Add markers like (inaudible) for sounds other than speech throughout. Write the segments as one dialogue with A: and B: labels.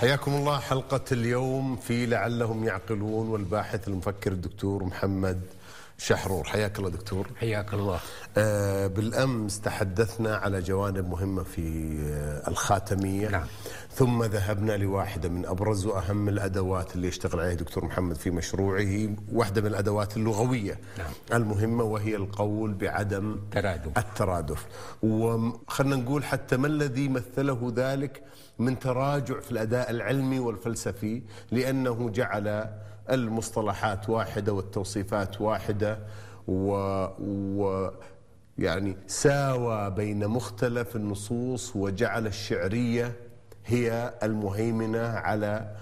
A: حياكم الله حلقة اليوم في لعلهم يعقلون والباحث المفكر الدكتور محمد شحرور حياك الله دكتور
B: حياك الله
A: آه بالأمس تحدثنا على جوانب مهمة في آه الخاتمية
B: نعم.
A: ثم ذهبنا لواحدة من أبرز وأهم الأدوات اللي يشتغل عليها دكتور محمد في مشروعه واحدة من الأدوات اللغوية
B: نعم.
A: المهمة وهي القول بعدم
B: ترادف.
A: الترادف وخلنا نقول حتى ما الذي مثله ذلك من تراجع في الأداء العلمي والفلسفي لأنه جعل المصطلحات واحدة والتوصيفات واحدة و, و يعني ساوى بين مختلف النصوص وجعل الشعرية هي المهيمنة على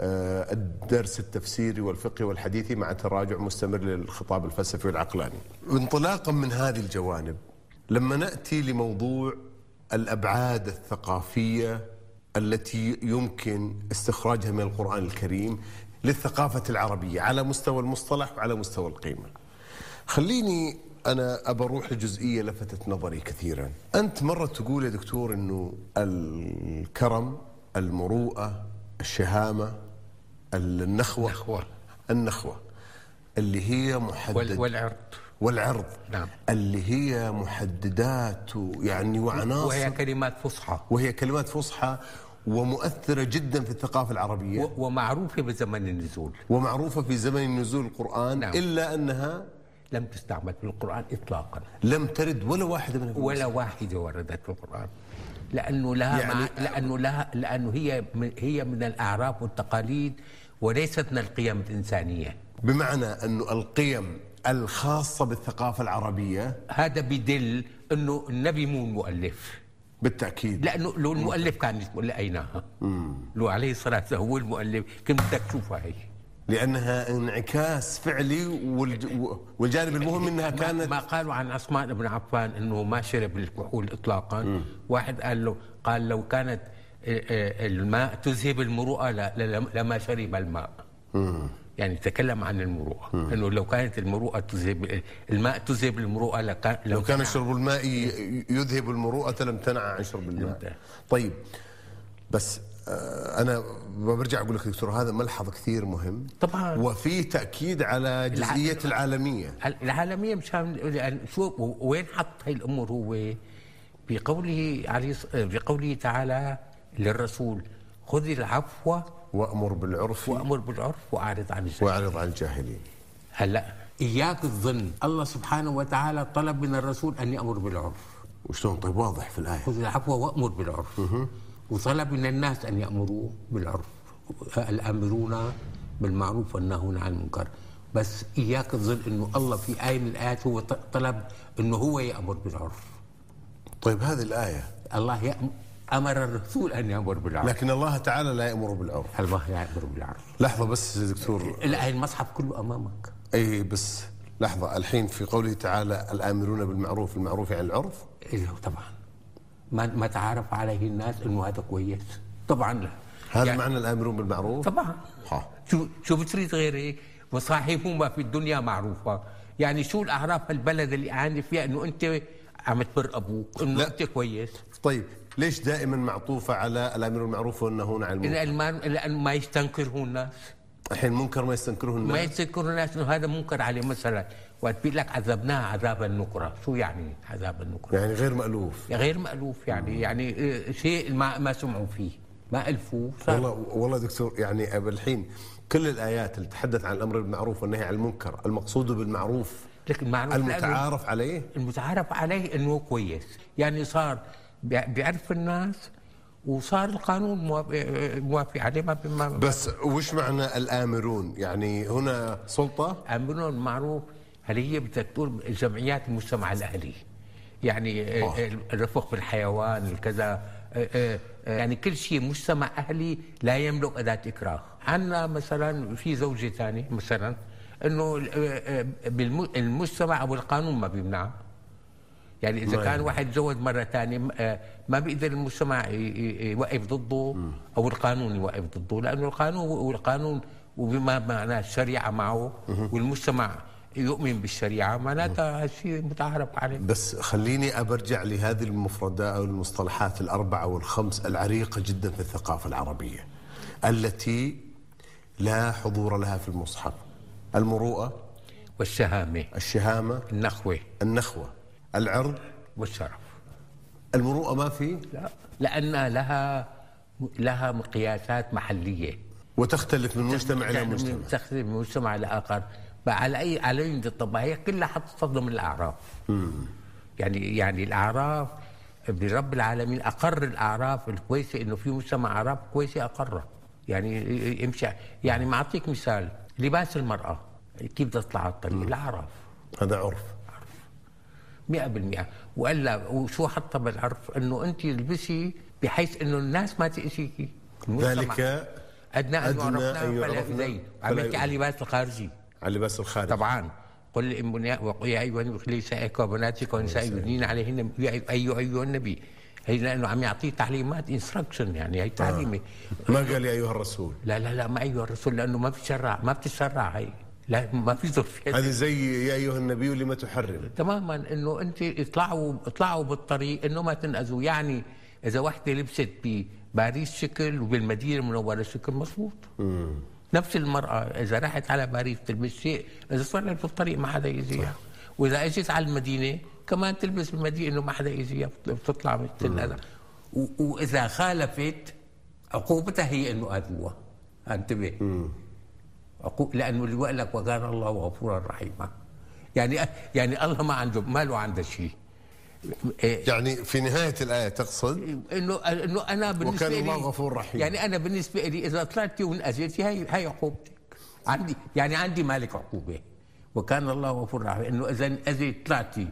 A: آه، الدرس التفسيري والفقهي والحديثي مع تراجع مستمر للخطاب الفلسفي والعقلاني انطلاقا من هذه الجوانب لما نأتي لموضوع الأبعاد الثقافية التي يمكن استخراجها من القرآن الكريم للثقافة العربية على مستوى المصطلح وعلى مستوى القيمة خليني انا ابى اروح لجزئيه لفتت نظري كثيرا. انت مره تقول يا دكتور انه الكرم، المروءه، الشهامه، النخوه
B: نخوة.
A: النخوه اللي هي محدد
B: وال- والعرض
A: والعرض
B: نعم.
A: اللي هي محددات و- يعني وعناصر
B: وهي
A: وهي,
B: كلمات فصحى
A: وهي كلمات فصحى ومؤثره جدا في الثقافه العربيه
B: و- ومعروفة بزمن النزول
A: ومعروفه في زمن نزول القران
B: نعم.
A: الا انها
B: لم تستعمل في القرآن إطلاقا
A: لم ترد ولا واحده من
B: ولا واحدة وردت في القرآن لأنه لها
A: يعني-
B: يعني مع... لأنه لها لأنه هي من... هي من الأعراف والتقاليد وليست من القيم الإنسانية
A: بمعنى أنه القيم الخاصة بالثقافة العربية
B: هذا بدل أنه النبي مو المؤلف
A: بالتأكيد
B: لأنه لو المؤلف كان لقيناها لو عليه الصلاة والسلام هو المؤلف كنت بدك تشوفها هي
A: لأنها انعكاس فعلي والج... و- والجانب المهم أنها كانت
B: ما قالوا عن عثمان بن عفان انه ما شرب الكحول اطلاقا واحد قال له قال لو كانت آه، آه، الماء تذهب المروءه لا- لا- لما شرب الماء يعني تكلم عن المروءه انه لو كانت المروءه تذهب الماء تذهب المروءه لكان
A: لو كان شرب الماء ي- يذهب المروءة لم تنع عن شرب الماء
B: تنع.
A: طيب بس آه، أنا برجع أقول لك دكتور هذا ملحظ كثير مهم
B: طبعاً.
A: وفي تأكيد على جزئية العالمية
B: العالميه مشان لأن شو وين حط هاي الامور هو بقوله عليه بقوله تعالى للرسول خذ العفو
A: وأمر بالعرف
B: وامر بالعرف واعرض عن الجهل
A: وأعرض عن الجاهلين
B: هلا اياك الظن الله سبحانه وتعالى طلب من الرسول ان يامر بالعرف
A: وشلون طيب واضح في الآية
B: خذ العفو وامر بالعرف وطلب من الناس ان يامروا بالعرف الامرون بالمعروف والناهون عن المنكر بس اياك الظن انه الله في ايه من الايات هو ط- طلب انه هو يامر بالعرف
A: طيب هذه الآية
B: الله يأم- امر الرسول ان يامر بالعرف
A: لكن الله تعالى لا يأمر بالعرف
B: الله يامر بالعرف
A: لحظة بس يا دكتور
B: لا المصحف كله امامك
A: اي بس لحظة الحين في قوله تعالى الآمرون بالمعروف المعروف عن العرف
B: إيه طبعا ما ما تعارف عليه الناس انه هذا كويس طبعا لا
A: هذا معنى الآمرون بالمعروف
B: طبعا
A: ها.
B: شو شو بتريد غيري مصاحبهما في الدنيا معروفه يعني شو الاعراف البلد اللي اعاني فيها انه انت عم تبر ابوك انه
A: لا.
B: انت كويس
A: طيب ليش دائما معطوفة على الآمرون بالمعروف والنهون عن المنكر
B: لان ما لان ما يستنكره الناس
A: الحين منكر ما يستنكره
B: ما
A: الناس
B: يستنكره الناس انه هذا منكر عليه مثلا وقت بيقول لك عذبناه عذاب النكره شو يعني عذاب النكره
A: يعني غير مألوف
B: غير مألوف يعني يعني إيه، شيء ما ما سمعوا فيه ما الفوه صار
A: والله والله دكتور يعني أب- الحين كل الآيات اللي تتحدث عن الأمر بالمعروف والنهي عن المنكر المقصود بالمعروف
B: لكن معروف لأنه-
A: المتعارف عليه
B: المتعارف عليه انه كويس يعني صار بيع- بيعرف الناس وصار القانون موافق, موافق عليه ما بما
A: بس وش معنى الآمرون يعني هنا سلطة
B: امرهم المعروف هل هي بدك تقول جمعيات المجتمع الاهلي يعني آه، آه، الرفق بالحيوان الكذا آه، آه، آه، يعني كل شيء مجتمع اهلي لا يملك اداه اكراه عندنا مثلا في زوجه ثانيه مثلا انه آه، آه، بالم- المجتمع او القانون ما بيمنعها يعني اذا
A: ما
B: كان
A: يعني.
B: واحد تزوج مره ثانيه آه، ما بيقدر المجتمع ي- ي- يوقف ضده او القانون يوقف ضده لانه القانون والقانون وبما معناه الشريعه معه والمجتمع يؤمن بالشريعه معناتها هالشيء متعارف عليه
A: بس خليني أرجع لهذه المفردات أو المصطلحات الأربعة والخمس العريقة جدا في الثقافة العربية التي لا حضور لها في المصحف المروءة
B: والسهامة
A: الشهامة
B: النخوة
A: النخوة العرض
B: والشرف
A: المروءة ما في
B: لا لأنها لها لها مقياسات محلية
A: وتختلف من مجتمع إلى
B: يعني
A: مجتمع
B: من تختلف من مجتمع لآخر على أي على أي تطبق هي كلها حتصطدم الأعراف يعني يعني الأعراف برب العالمين أقر الأعراف الكويسة إنه في مجتمع أعراف كويسة أقرها يعني امشي يعني ما أعطيك مثال لباس المرأة كيف بدها تطلع على الطريق الأعراف
A: هذا عرف
B: 100% والا وشو حتى بالعرف انه انت تلبسي بحيث انه الناس ما تاذيكي المجتمع.
A: ذلك
B: ادنى ان
A: أدنى
B: يعرفنا
A: أن
B: فلا
A: يعرفنا
B: يؤذين
A: فلا
B: عم بحكي
A: يؤذين.
B: على اللباس الخارجي
A: على اللباس الخارجي
B: طبعا قل لامناء وقل يا ايها النبي نسائك وبناتك ونساء يدنين عليهن يا ايها ايها النبي هي لانه عم يعطيه تعليمات انستركشن يعني هي تعليمه
A: آه. ما قال يا أيها الرسول
B: لا لا لا ما ايها الرسول لانه ما بتشرع ما بتشرع هي لا ما في ظرفيه
A: هذه زي يا أيها النبي لما تحرم
B: تماما انه انت اطلعوا اطلعوا بالطريق انه ما تنأذوا يعني اذا وحده لبست بباريس شكل وبالمدينه المنوره شكل مضبوط نفس المراه اذا راحت على باريس تلبس شيء اذا صارت بالطريق ما حدا يأذيها واذا اجت على المدينه كمان تلبس بالمدينه انه ما حدا يأذيها بت- بتطلع بتنأذى و- واذا خالفت عقوبتها هي انه اذوها انتبه عقوق لانه اللي بيقول لك وكان الله غفورا رحيما يعني يعني الله ما عنده ما له عنده شيء إيه،
A: يعني في نهاية الآية تقصد
B: انه انه انا بالنسبه
A: وكان الله
B: لي-
A: غفور رحيم.
B: يعني انا بالنسبه لي اذا طلعتي وانأذيتي هي هي عقوبتك عندي يعني عندي مالك عقوبه وكان الله غفور رحيم انه اذا انأذيت طلعتي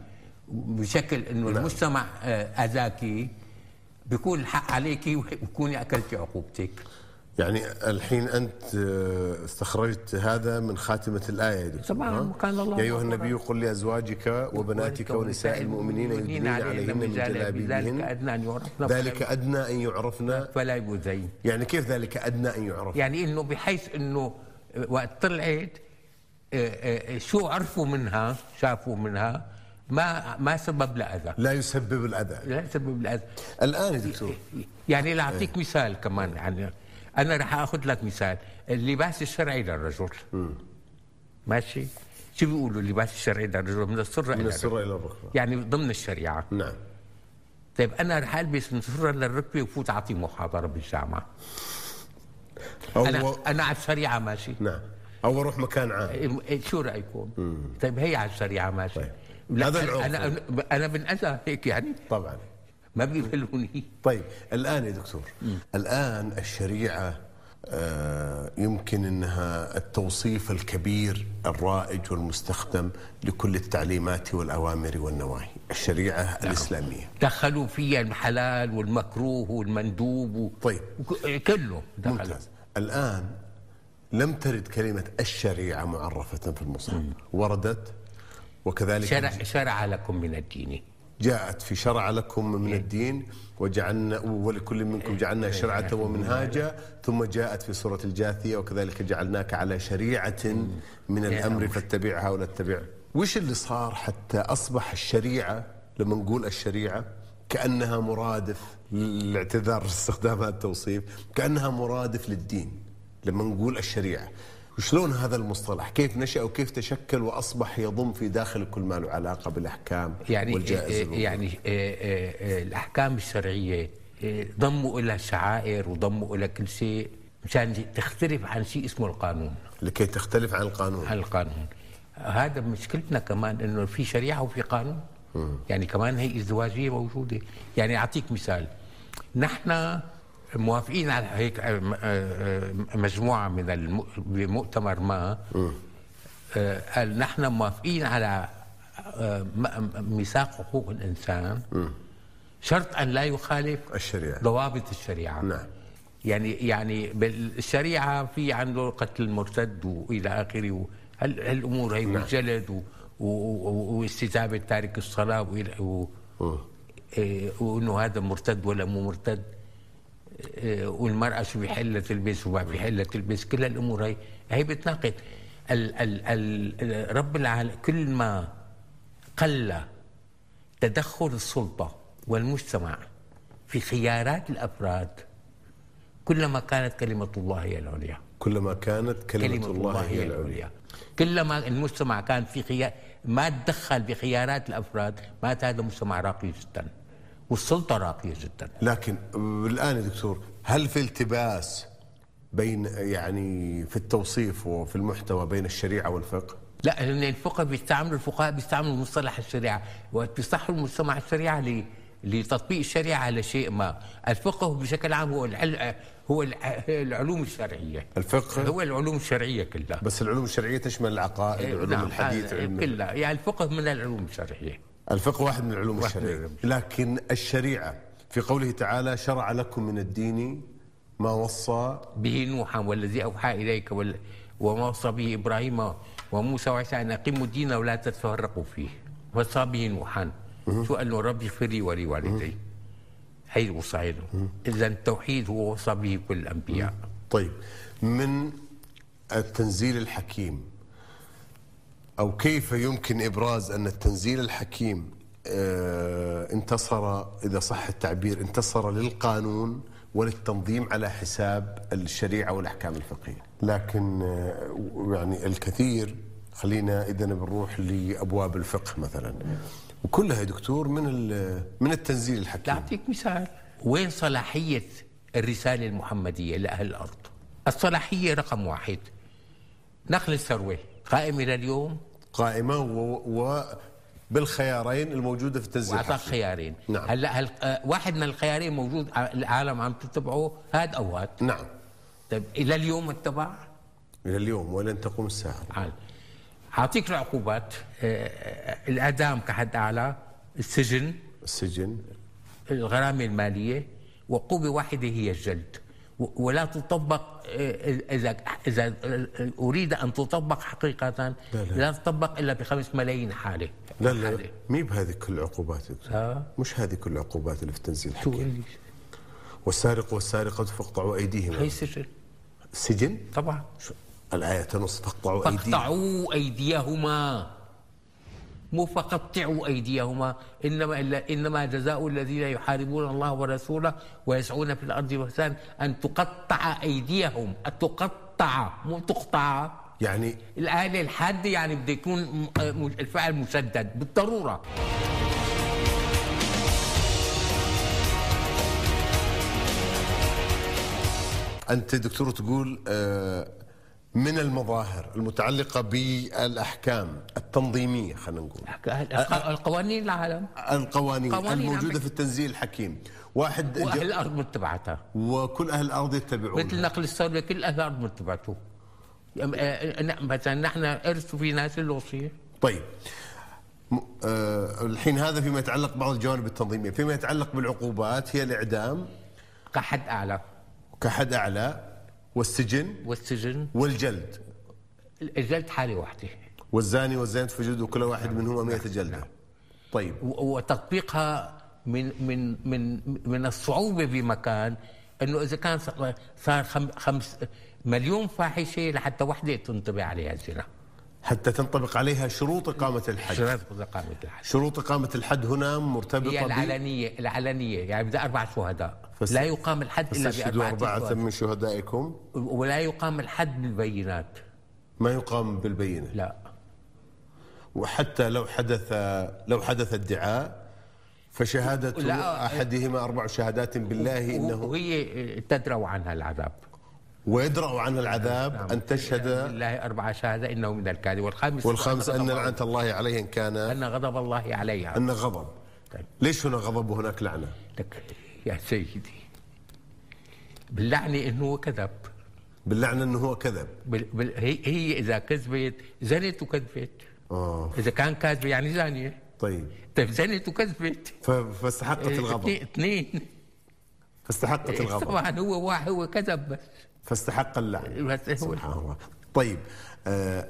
B: بشكل انه
A: نعم.
B: المجتمع آه، اذاكي بيكون الحق عليكي وتكوني اكلتي عقوبتك
A: يعني الحين أنت آه، استخرجت هذا من خاتمة الآية يا دكتور
B: طبعاً،
A: ها؟
B: كان الله
A: يا أيها
B: غفوراً.
A: النبي قل لأزواجك وبناتك ونساء المؤمنين يدنين عليهن من
B: ذلك
A: جلابيبهن
B: ادنى ان يعرفن فلا
A: ذلك أدنى أن يعرفنا
B: فلا يؤذين
A: يعني كيف ذلك أدنى أن يعرف
B: يعني انه بحيث انه وقت طلعت آه، آه، شو عرفوا منها شافوا منها ما ما سبب لها اذى
A: لا يسبب الأذى
B: لا سبب لها اذى
A: الآن يا دكتور
B: يعني لاعطيك مثال كمان يعني انا رح اخذ لك مثال اللباس الشرعي للرجل ماشي شو بيقولوا اللباس الشرعي للرجل من السره
A: من
B: الى الركبة.
A: السرة إلى الركبة
B: يعني ضمن الشريعه
A: نعم
B: طيب انا رح البس من السره للركبه وفوت اعطي محاضره بالجامعه
A: أو
B: انا انا على الشريعه ماشي
A: نعم أو أروح مكان عام
B: إيه، شو رايكم؟ طيب هي على السريعه ماشي
A: طيب.
B: لا،
A: هذا
B: أنا-
A: العرف.
B: انا انا بنأذى هيك يعني
A: طبعا
B: ما بيقبلوني
A: طيب الآن يا دكتور الآن الشريعة آه، يمكن أنها التوصيف الكبير الرائج والمستخدم لكل التعليمات والأوامر والنواهي الشريعة الإسلامية
B: دخلوا فيا الحلال والمكروه والمندوب و...
A: طيب
B: وك- كله دخلوا
A: ممتاز الآن لم ترد كلمة الشريعة معرفة في المصحف وردت وكذلك
B: شرع شرع لكم من الدين
A: جاءت في شرع لكم من الدين وجعلنا ولكل منكم جعلنا شرعة ومنهاجا ثم جاءت في سورة الجاثية وكذلك جعلناك على شريعة من الأمر فاتبعها ولا تتبع وش اللي صار حتى أصبح الشريعة لما نقول الشريعة كأنها مرادف الاعتذار استخدام هذا التوصيف كأنها مرادف للدين لما نقول الشريعة وشلون هذا المصطلح كيف نشأ وكيف تشكل وأصبح يضم في داخل كل ما له علاقة بالأحكام
B: يعني
A: والجائز
B: إيه-
A: الوضوء.
B: يعني إيه- إيه- إيه الاحكام الشرعيه إيه، ضموا إلى شعائر وضموا إلى كل شيء مشان تختلف عن شيء اسمه القانون
A: لكي تختلف عن القانون
B: عن القانون هذا مشكلتنا كمان انه في شريعه وفي قانون يعني كمان هي ازدواجيه موجوده يعني اعطيك مثال نحن موافقين على هيك آه، م- آه، مجموعه من الم- بمؤتمر ما آه، قال نحن موافقين على آه، م- م- ميثاق حقوق الانسان شرط ان لا يخالف
A: الشريعة
B: ضوابط الشريعه
A: نعم.
B: يعني يعني بالشريعه في عنده قتل المرتد والى اخره وهال- هالامور هي والجلد و- و- و- واستتابه تارك الصلاه وإلى- و-
A: مم.
B: إيه، وانه هذا مرتد ولا مو مرتد إيه، والمراه شو بحلها تلبس وما بحلها تلبس كل هالامور هي هي بتناقض ال ال ال رب العالم كل ما قل تدخل السلطه والمجتمع في خيارات الافراد كلما كانت كلمة الله هي العليا
A: كلما كانت كلمة,
B: كلمة الله هي العليا كلما المجتمع كان في خيار ما تدخل بخيارات الأفراد مات هذا مجتمع راقي جدا والسلطة راقية جدا
A: لكن الآن يا دكتور هل في التباس بين يعني في التوصيف وفي المحتوى بين الشريعة والفقه؟
B: لا لأن الفقهاء بيستعملوا الفقهاء بيستعملوا مصطلح الشريعة وقت بيصحوا المجتمع الشريعة ليه؟ لتطبيق الشريعة على شيء ما الفقه بشكل عام هو العل... هو الع- العلوم الشرعية
A: الفقه
B: هو العلوم الشرعية كلها
A: بس العلوم الشرعية تشمل العقائد
B: إيه،
A: وعلوم
B: نعم،
A: الحديث
B: هذا-
A: علم
B: كلها يعني الفقه من العلوم الشرعية
A: الفقه واحد من العلوم
B: واحد من
A: الشرعية
B: العلوم
A: لكن الشريعة في قوله تعالى شرع لكم من الدين ما وصى
B: به نوحا والذي أوحى إليك وال... وما وصى به إبراهيم وموسى وعيسى أن أقيموا الدين ولا تتفرقوا فيه وصى به نوحا شو قال له ربي اغفر لي ولوالدي هي الوصايا إذا التوحيد هو وصى به كل الأنبياء
A: طيب من التنزيل الحكيم أو كيف يمكن إبراز أن التنزيل الحكيم آه، انتصر إذا صح التعبير انتصر للقانون وللتنظيم على حساب الشريعة والأحكام الفقهية لكن آه، يعني الكثير خلينا إذا بنروح لأبواب الفقه مثلا وكلها يا دكتور من ال- من التنزيل الحكيم
B: لأعطيك مثال وين صلاحية الرسالة المحمدية لأهل الأرض الصلاحية رقم واحد نقل الثروة قائمة لليوم
A: قائمة وبالخيارين الموجودة في التنزيل
B: واعطاك
A: الحكيم
B: خيارين
A: نعم.
B: هلا هل... آه، واحد من الخيارين موجود ع- العالم عم تتبعه هاد او هاد
A: نعم
B: طيب الى اليوم اتبع
A: إلى اليوم ولن تقوم الساعة
B: عال اعطيك العقوبات آه، آه، الاعدام كحد اعلى السجن
A: السجن
B: الغرامه الماليه وعقوبه واحده هي الجلد و- ولا تطبق آه، اذا اذا آه، اريد ان تطبق حقيقه
A: لا.
B: لا تطبق الا بخمس ملايين حاله
A: لا لا
B: حالة.
A: مي بهذه كل العقوبات يا دكتور.
B: آه.
A: مش هذه كل العقوبات اللي في التنزيل
B: شو
A: الحكيم
B: اللي-
A: والسارق والسارقة فاقطعوا
B: هي
A: أيديهما
B: السجن
A: السجن
B: طبعا
A: الآية تنص فاقطعوا أيديهما
B: فاقطعوا أيديهما مو فقطعوا أيديهما إنما إلا إنما جزاء الذين يحاربون الله ورسوله ويسعون في الأرض فسادا أن تقطع أيديهم أن تقطع مو تقطع
A: يعني
B: الآلة الحادة يعني بده يكون م- م- الفعل مسدد بالضرورة
A: أنت دكتور تقول آه، من المظاهر المتعلقة بالأحكام التنظيمية خلينا نقول
B: الق- القوانين العالم
A: القوانين
B: قوانين
A: الموجودة
B: عمل.
A: في التنزيل الحكيم واحد
B: وأهل الأرض متبعتها
A: وكل أهل الأرض يتبعون
B: مثل نقل الثروة كل أهل الأرض متبعته أم- آه، آه، مثلا نحن إرث في ناس الوصية
A: طيب م- آه الحين هذا فيما يتعلق بعض الجوانب التنظيميه، فيما يتعلق بالعقوبات هي الاعدام
B: كحد اعلى
A: كحد اعلى والسجن
B: والسجن
A: والجلد
B: الجلد حاله وحده
A: والزاني والزانية فجلدوا كل واحد منهما 100 جلده. طيب
B: و- وتطبيقها من من من من الصعوبه بمكان انه اذا كان ص- صار خم- خمس مليون فاحشه لحتى وحده تنطبع عليها الزنا
A: حتى تنطبق عليها شروط اقامه الحد.
B: شرط قامت الحد
A: شروط اقامه الحد هنا
B: هي
A: مرتبطه ب
B: العلنيه العلنيه يعني بدها اربع شهداء
A: فس-
B: لا يقام الحد الا
A: فاستشهدوا
B: باربعه
A: أربعة
B: شهداء
A: من شهدائكم
B: ولا يقام الحد بالبينات
A: ما يقام بالبينة
B: لا
A: وحتى لو حدث لو حدث ادعاء فشهادة
B: لا.
A: أحدهما أربع شهادات بالله إنه
B: وهي تدروا عنها العذاب
A: ويدرأ عن العذاب أن تشهد
B: لله أربع شهادة إنه من الكاذب والخامس
A: والخامس أن
B: غضب الله-
A: لعنة الله عليه إن كان
B: أن غضب الله عليها
A: أن غضب
B: طيب.
A: ليش هنا غضب وهناك لعنة
B: لك يا سيدي باللعنة إنه هو كذب
A: باللعنة أنه هو كذب
B: بال... بال... هي... هي إذا كذبت زنت وكذبت
A: آه
B: إذا كان كاذبة يعني زانية
A: طيب
B: طيب زنت وكذبت
A: ف- فاستحقت الغضب
B: اثنين- اثنين إيه،
A: فاستحقت الغضب
B: طبعا هو واحد هو كذب بس
A: فاستحق اللعنة
B: بس هو
A: سبحان الله طيب آه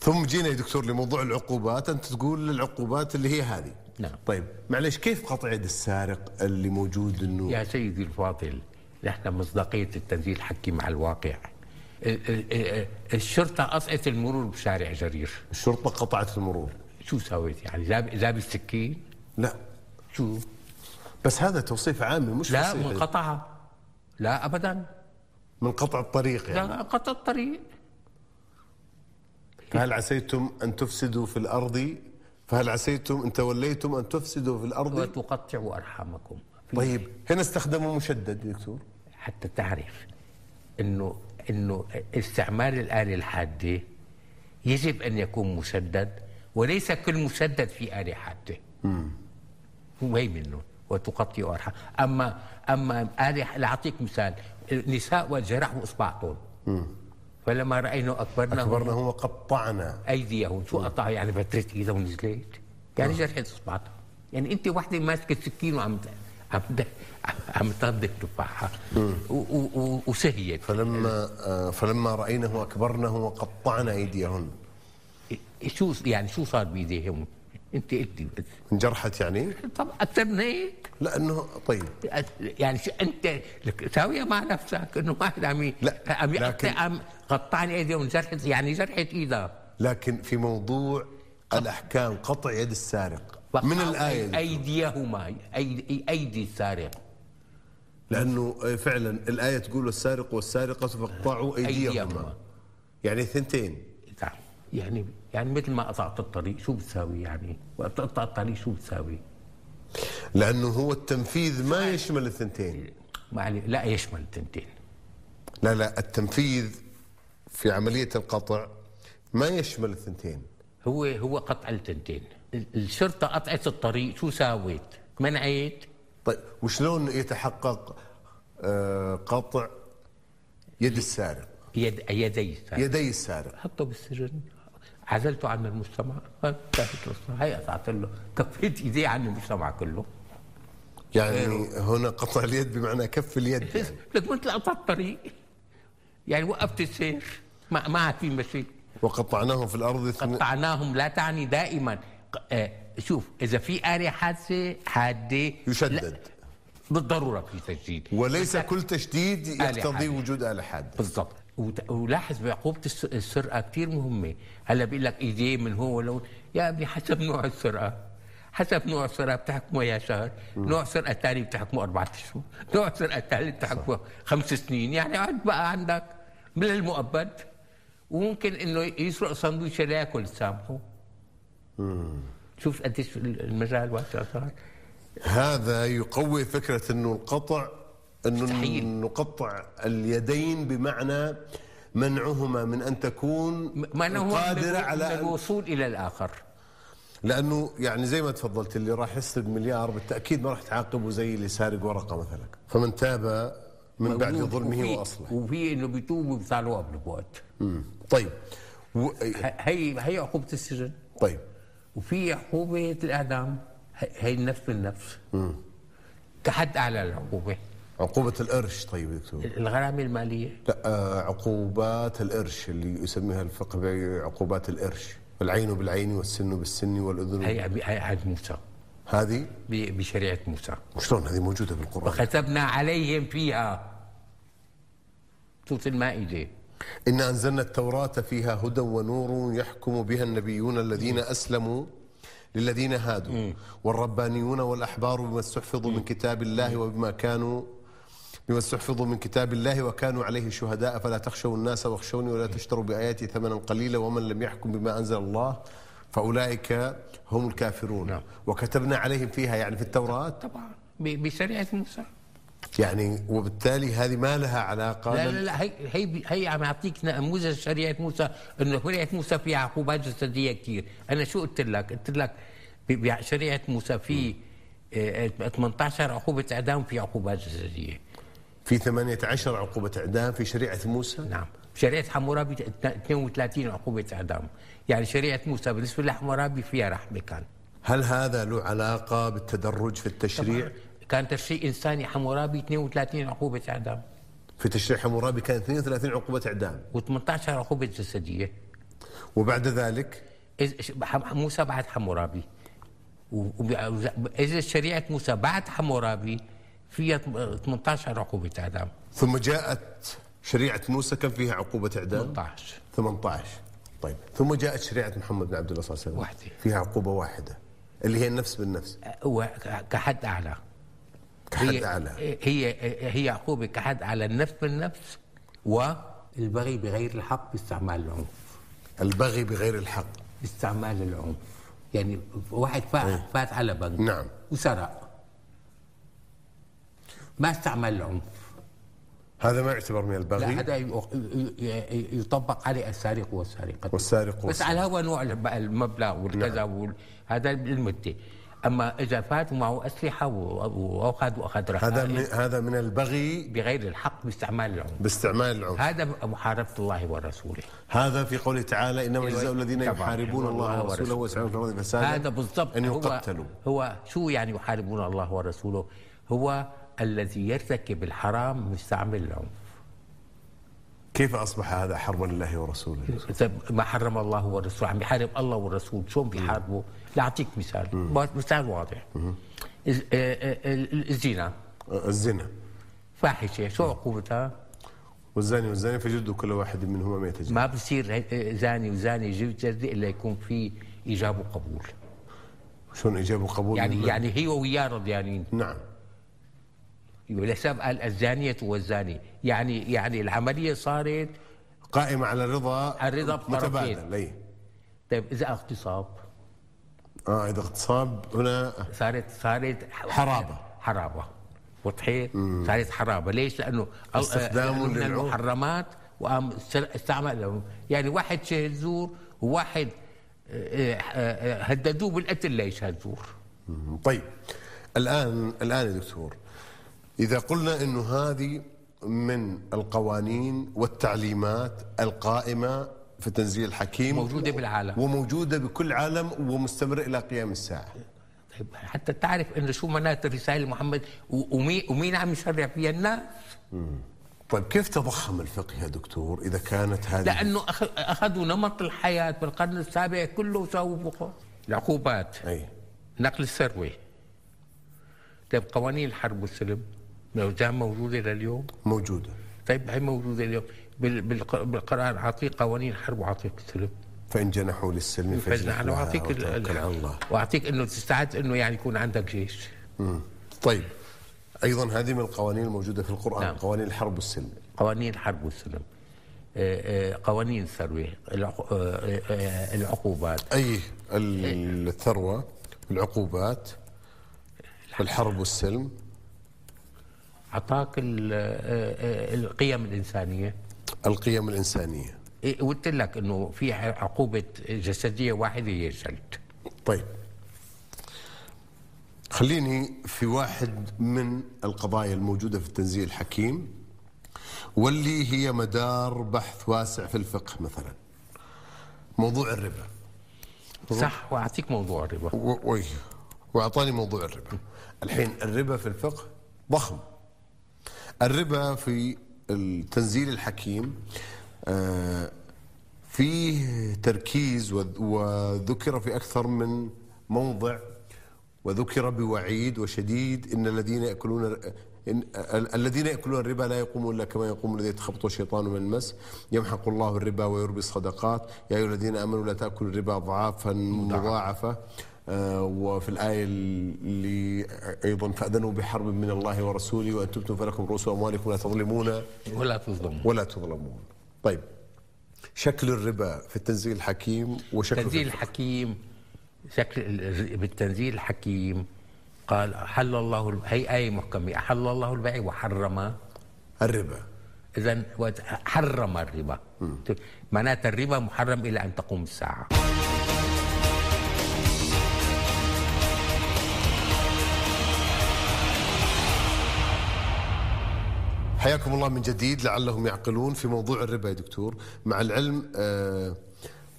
A: ثم جينا يا دكتور لموضوع العقوبات أنت تقول العقوبات اللي هي هذه
B: نعم.
A: طيب معلش كيف قطع يد السارق اللي موجود أنه
B: يا سيدي الفاضل نحن مصداقية التنزيل حكي مع الواقع ال- ال- ال- الشرطة أطلقت المرور بشارع جرير
A: الشرطة قطعت المرور
B: شو سويت يعني جاب جاب السكين
A: لا
B: شو
A: بس هذا توصيف عامي مش
B: لا
A: فصيح.
B: منقطعة لا أبدا
A: من قطع الطريق يعني
B: لا قطع الطريق
A: فهل عسيتم أن تفسدوا في الأرض فهل عسيتم إن توليتم أن تفسدوا في الأرض
B: وتقطعوا أرحامكم في-
A: طيب هنا استخدموا مشدد دكتور
B: حتى تعرف انه انه استعمال الآلة الحادة يجب ان يكون مسدد وليس كل مسدد في آلة حادة. هو هي منه وتقطع ارحام، اما اما آلة لاعطيك مثال النساء جرحوا اصبعتهم فلما راينا اكبرناهم
A: أكبرنا هو قطعنا
B: ايديهم شو قطعها يعني فترت ايدهم نزلت يعني
A: آه.
B: جرحت اصبعتها يعني انت وحده ماسكه سكين وعم ت- عم ت- عم تنضف تفاحها و- و- و- وسهيت
A: فلما آه، فلما رأينه أكبرنه وقطعنا أيديهن
B: شو يعني شو صار بايديهم؟ انت قلتي بس
A: انجرحت يعني
B: طب اكثر من هيك
A: لأنه طيب
B: يعني شو انت لك ساويه مع نفسك انه واحد عم ي-
A: لا،
B: عم
A: لكن-
B: يقطع عم قطعني ايديهم جرحت يعني جرحت ايدها
A: لكن في موضوع الأحكام قطع يد السارق من
B: وقطعوا
A: الآية دي.
B: ايديهما أيدي, ايدي السارق
A: لأنه آه، فعلا الآية تقول والسارق والسارقة فاقطعوا أيديهما
B: ايديهما
A: يعني ثنتين
B: نعم. يعني يعني مثل ما قطعت الطريق شو بتساوي يعني؟ وقت تقطع الطريق شو بتساوي؟
A: لأنه هو التنفيذ ما يشمل الثنتين
B: ما علي لا يشمل التنتين
A: لا لا التنفيذ في عملية القطع ما يشمل الثنتين
B: هو هو قطع التنتين ال- الشرطه قطعت الطريق شو ساوت؟ منعت
A: طيب وشلون يتحقق آه، قطع يد السارق
B: يد يدي السارق.
A: يدي السارق
B: حطه بالسجن عزلته عن المجتمع هاي انتهت القصة. هاي قطعت له كفيت ايديه عن المجتمع كله
A: يعني هنا قطع اليد بمعنى كف اليد
B: (laughs)
A: يعني.
B: لك ما انت قطعت الطريق يعني وقفت السير ما ما عاد في مشي
A: وقطعناه في الارض اثنين-
B: قطعناهم لا تعني دائما ق- آه، شوف اذا في آلة حادثه حاده لا،
A: يشدد
B: بالضروره في تجديد
A: وليس كل تشديد يقتضي
B: حادة.
A: وجود اله حاده
B: بالضبط وت- ولاحظ بعقوبه الس- السرقه كثير مهمه هلا بيقول لك ايديه من هو لون يا ابني حسب نوع السرقه حسب نوع السرقه بتحكمه يا شهر نوع سرقه ثاني بتحكمه اربعة اشهر نوع سرقه ثالث بتحكمه خمس سنين يعني عاد بقى عندك من المؤبد وممكن انه يسرق سندويشه لا ياكل سامحه شوف قديش المجال واسع صار
A: هذا يقوي فكره انه القطع انه
B: مستحيل.
A: نقطع اليدين بمعنى منعهما من ان تكون
B: ما انه هو
A: قادره
B: من- من
A: على أن-
B: الوصول الى الاخر
A: لانه يعني زي ما تفضلت اللي راح يسرق مليار بالتاكيد ما راح تعاقبه زي اللي سارق ورقه مثلا فمن تاب من بعد
B: موجود
A: ظلمه
B: وفي-
A: واصلح
B: وفي انه بيتوبوا وبيطلعوا قبل بوقت
A: مم. طيب و...
B: ه- هي هي عقوبه السجن
A: طيب
B: وفي عقوبه الاعدام ه- هي النفس بالنفس كحد اعلى العقوبه
A: عقوبة القرش طيب يا دكتور
B: الغرامه الماليه
A: لا آه، عقوبات القرش اللي يسميها الفقه بعقوبات القرش العين بالعين والسن بالسن والأذن
B: هي هي عهد موسى
A: هذه
B: ب- بشريعه موسى
A: شلون هذه موجودة بالقرآن
B: وكتبنا عليهم فيها سوره المائده
A: إن أنزلنا التوراة فيها هدى ونور يحكم بها النبيون الذين أسلموا للذين هادوا والربانيون والأحبار بما استحفظوا من كتاب الله وبما كانوا بما استحفظوا من كتاب الله وكانوا عليه شهداء فلا تخشوا الناس واخشوني ولا تشتروا بآياتي ثمنا قليلا ومن لم يحكم بما أنزل الله فأولئك هم الكافرون
B: نعم.
A: وكتبنا عليهم فيها يعني في التوراة
B: طبعا ب- بشريعه موسى
A: يعني وبالتالي هذه ما لها علاقة
B: لا لا لا هي هي هي عم يعطيك نموذج شريعه موسى انه شريعه موسى فيها عقوبات جسديه كثير، انا شو قلت لك؟ قلت لك ب- بشريعه موسى في آه، 18 عقوبه اعدام في عقوبات جسديه،
A: في 18 عقوبة إعدام في شريعة موسى
B: نعم، شريعه حمورابي ت- 32 عقوبه اعدام، يعني شريعه موسى بالنسبه لحمورابي فيها رحمه كان
A: هل هذا له علاقة بالتدرج في التشريع؟
B: كان تشريع انساني حمورابي 32 عقوبه اعدام
A: في تشريع حمورابي كان 32 عقوبة إعدام
B: و18 عقوبه جسديه
A: وبعد ذلك
B: إذ- ش- ح- موسى بعد حمورابي و- وب- وز- اذا شريعه موسى بعد حمورابي فيها تم- 18 عقوبه اعدام
A: ثم جاءت شريعة موسى كان فيها عقوبة إعدام
B: 18
A: 18 طيب ثم جاءت شريعة محمد بن عبد الله صلى الله عليه وسلم
B: واحدة.
A: فيها عقوبة واحدة اللي هي النفس بالنفس
B: وك- كحد اعلى
A: كحد
B: هي-
A: أعلى
B: هي هي عقوبه كحد اعلى النفس بالنفس والبغي بغير الحق باستعمال العنف
A: البغي بغير الحق
B: استعمال العنف يعني واحد فات, فات على بنك
A: نعم.
B: وسرق ما استعمل العنف
A: هذا ما يعتبر من البغي
B: لا هذا ي- ي- يطبق عليه السارق والسارقة
A: والسارق
B: بس
A: والسارق.
B: على الهوى نوع الب- المبلغ والكذا
A: نعم.
B: وال... هذا المدة أما إذا فات ومعه أسلحة و- وأخذ وأخذ
A: هذا
B: رهائن
A: من هذا من البغي
B: بغير الحق باستعمال العنف
A: باستعمال العنف
B: هذا محاربة الله ورسوله
A: هذا في قوله تعالى انما جزاء الذين
B: أيوة، طبعاً.
A: يحاربون الله ورسوله ويسعون في الارض فسادا
B: هذا بالضبط
A: ان
B: هو-
A: يقتلوا
B: هو شو يعني يحاربون الله ورسوله هو الذي يرتكب الحرام مستعمل العنف
A: كيف اصبح هذا حربا لله ورسوله؟
B: إذا ما حرم الله ورسوله عم يحارب الله والرسول شلون بيحاربوا لاعطيك مثال مثال واضح الز- آه، آه، ال- الزنا
A: آه، الزنا
B: فاحشه شو عقوبتها
A: والزاني والزانية فجلدوا كل واحد منهما 100 جلد
B: ما بصير هي- آه، زاني وزاني يجيب جلده الا يكون في ايجاب وقبول
A: شلون اجابه وقبول
B: يعني
A: من-
B: يعني هي وياه رضيانين
A: نعم
B: الحساب قال الزانيه والزاني يعني يعني العمليه صارت
A: قائمة على الرضا
B: الرضا بطرفين.
A: متبادل أي.
B: طيب اذا اغتصاب
A: اه اذا اغتصاب هنا
B: صارت صارت ح-
A: حرابة.
B: حرابه وضحيت صارت حرابه ليش لانه أو-
A: استخدام
B: لأنه من
A: للعنف.
B: المحرمات وقام استر- استعمل لهم يعني واحد شهد زور وواحد آه، آه، آه، هددوه بالقتل ليشهد زور
A: مم، طيب الآن الآن يا دكتور إذا قلنا أنه هذه من القوانين والتعليمات القائمة في تنزيل الحكيم
B: موجودة بالعالم.
A: وموجودة بكل عالم ومستمرة إلى قيام الساعة
B: طيب حتى تعرف انه شو معناتها رساله محمد و- ومين ومين عم يشرع فيها الناس
A: نعم. طيب كيف تضخم الفقه يا دكتور إذا كانت هذه
B: لانه أخ- اخذوا نمط الحياه بالقرن السابع كله وسووا فوقه العقوبات
A: أي
B: نقل الثروة طيب قوانين الحرب والسلم موجودة موجودة لليوم
A: موجودة
B: طيب هي موجودة اليوم بال- بالق- بالقرآن أعطيك قوانين الحرب وأعطيك السلم
A: فإن جنحوا للسلم فاجنح
B: فنحن
A: لها
B: وأعطيك ال- ال-
A: وتوكل على الله
B: وأعطيك إنه تستعد إنه يعني يكون عندك جيش
A: مم. طيب أيضا هذه من القوانين الموجودة في القرآن
B: نعم.
A: قوانين الحرب والسلم
B: قوانين الحرب والسلم آه، آه، قوانين الثروة العق- آه، آه، العقوبات
A: أي ال- الثروة العقوبات الحرب والسلم
B: أعطاك ال- آه، آه، القيم الإنسانية
A: القيم الإنسانية
B: إيه، قلت لك إنه في عقوبة جسدية واحدة هي الجلد
A: طيب خليني في واحد من القضايا الموجودة في التنزيل الحكيم واللي هي مدار بحث واسع في الفقه مثلا موضوع الربا
B: صح وأعطيك موضوع الربا
A: و- وي واعطاني موضوع الربا الحين الربا في الفقه ضخم الربا في التنزيل الحكيم آه، فيه تركيز وذ- وذكر في اكثر من موضع وذكر بوعيد وشديد ان الذين ياكلون الر- إن ال- الذين ياكلون الربا لا يقومون الا كما يقوم الذي يتخبطه الشيطان من المس يمحق الله الربا ويربي الصدقات يا ايها الذين امنوا لا تاكلوا الربا ضعافا مضاعفه آه، وفي الآية اللي أيضا فأذنوا بحرب من الله ورسوله وأن تبتم فلكم رؤوس أموالكم لا تظلمون
B: ولا تظلموا
A: ولا تظلمون طيب شكل الربا في التنزيل الحكيم وشكل
B: التنزيل الحكيم شكل ال- بالتنزيل الحكيم قال أحل الله الب- هي آية محكمة أحل الله البيع وحرم
A: الربا
B: إذا حرم الربا معناتها الربا محرم إلى أن تقوم الساعة
A: حياكم الله من جديد لعلهم يعقلون في موضوع الربا يا دكتور مع العلم آه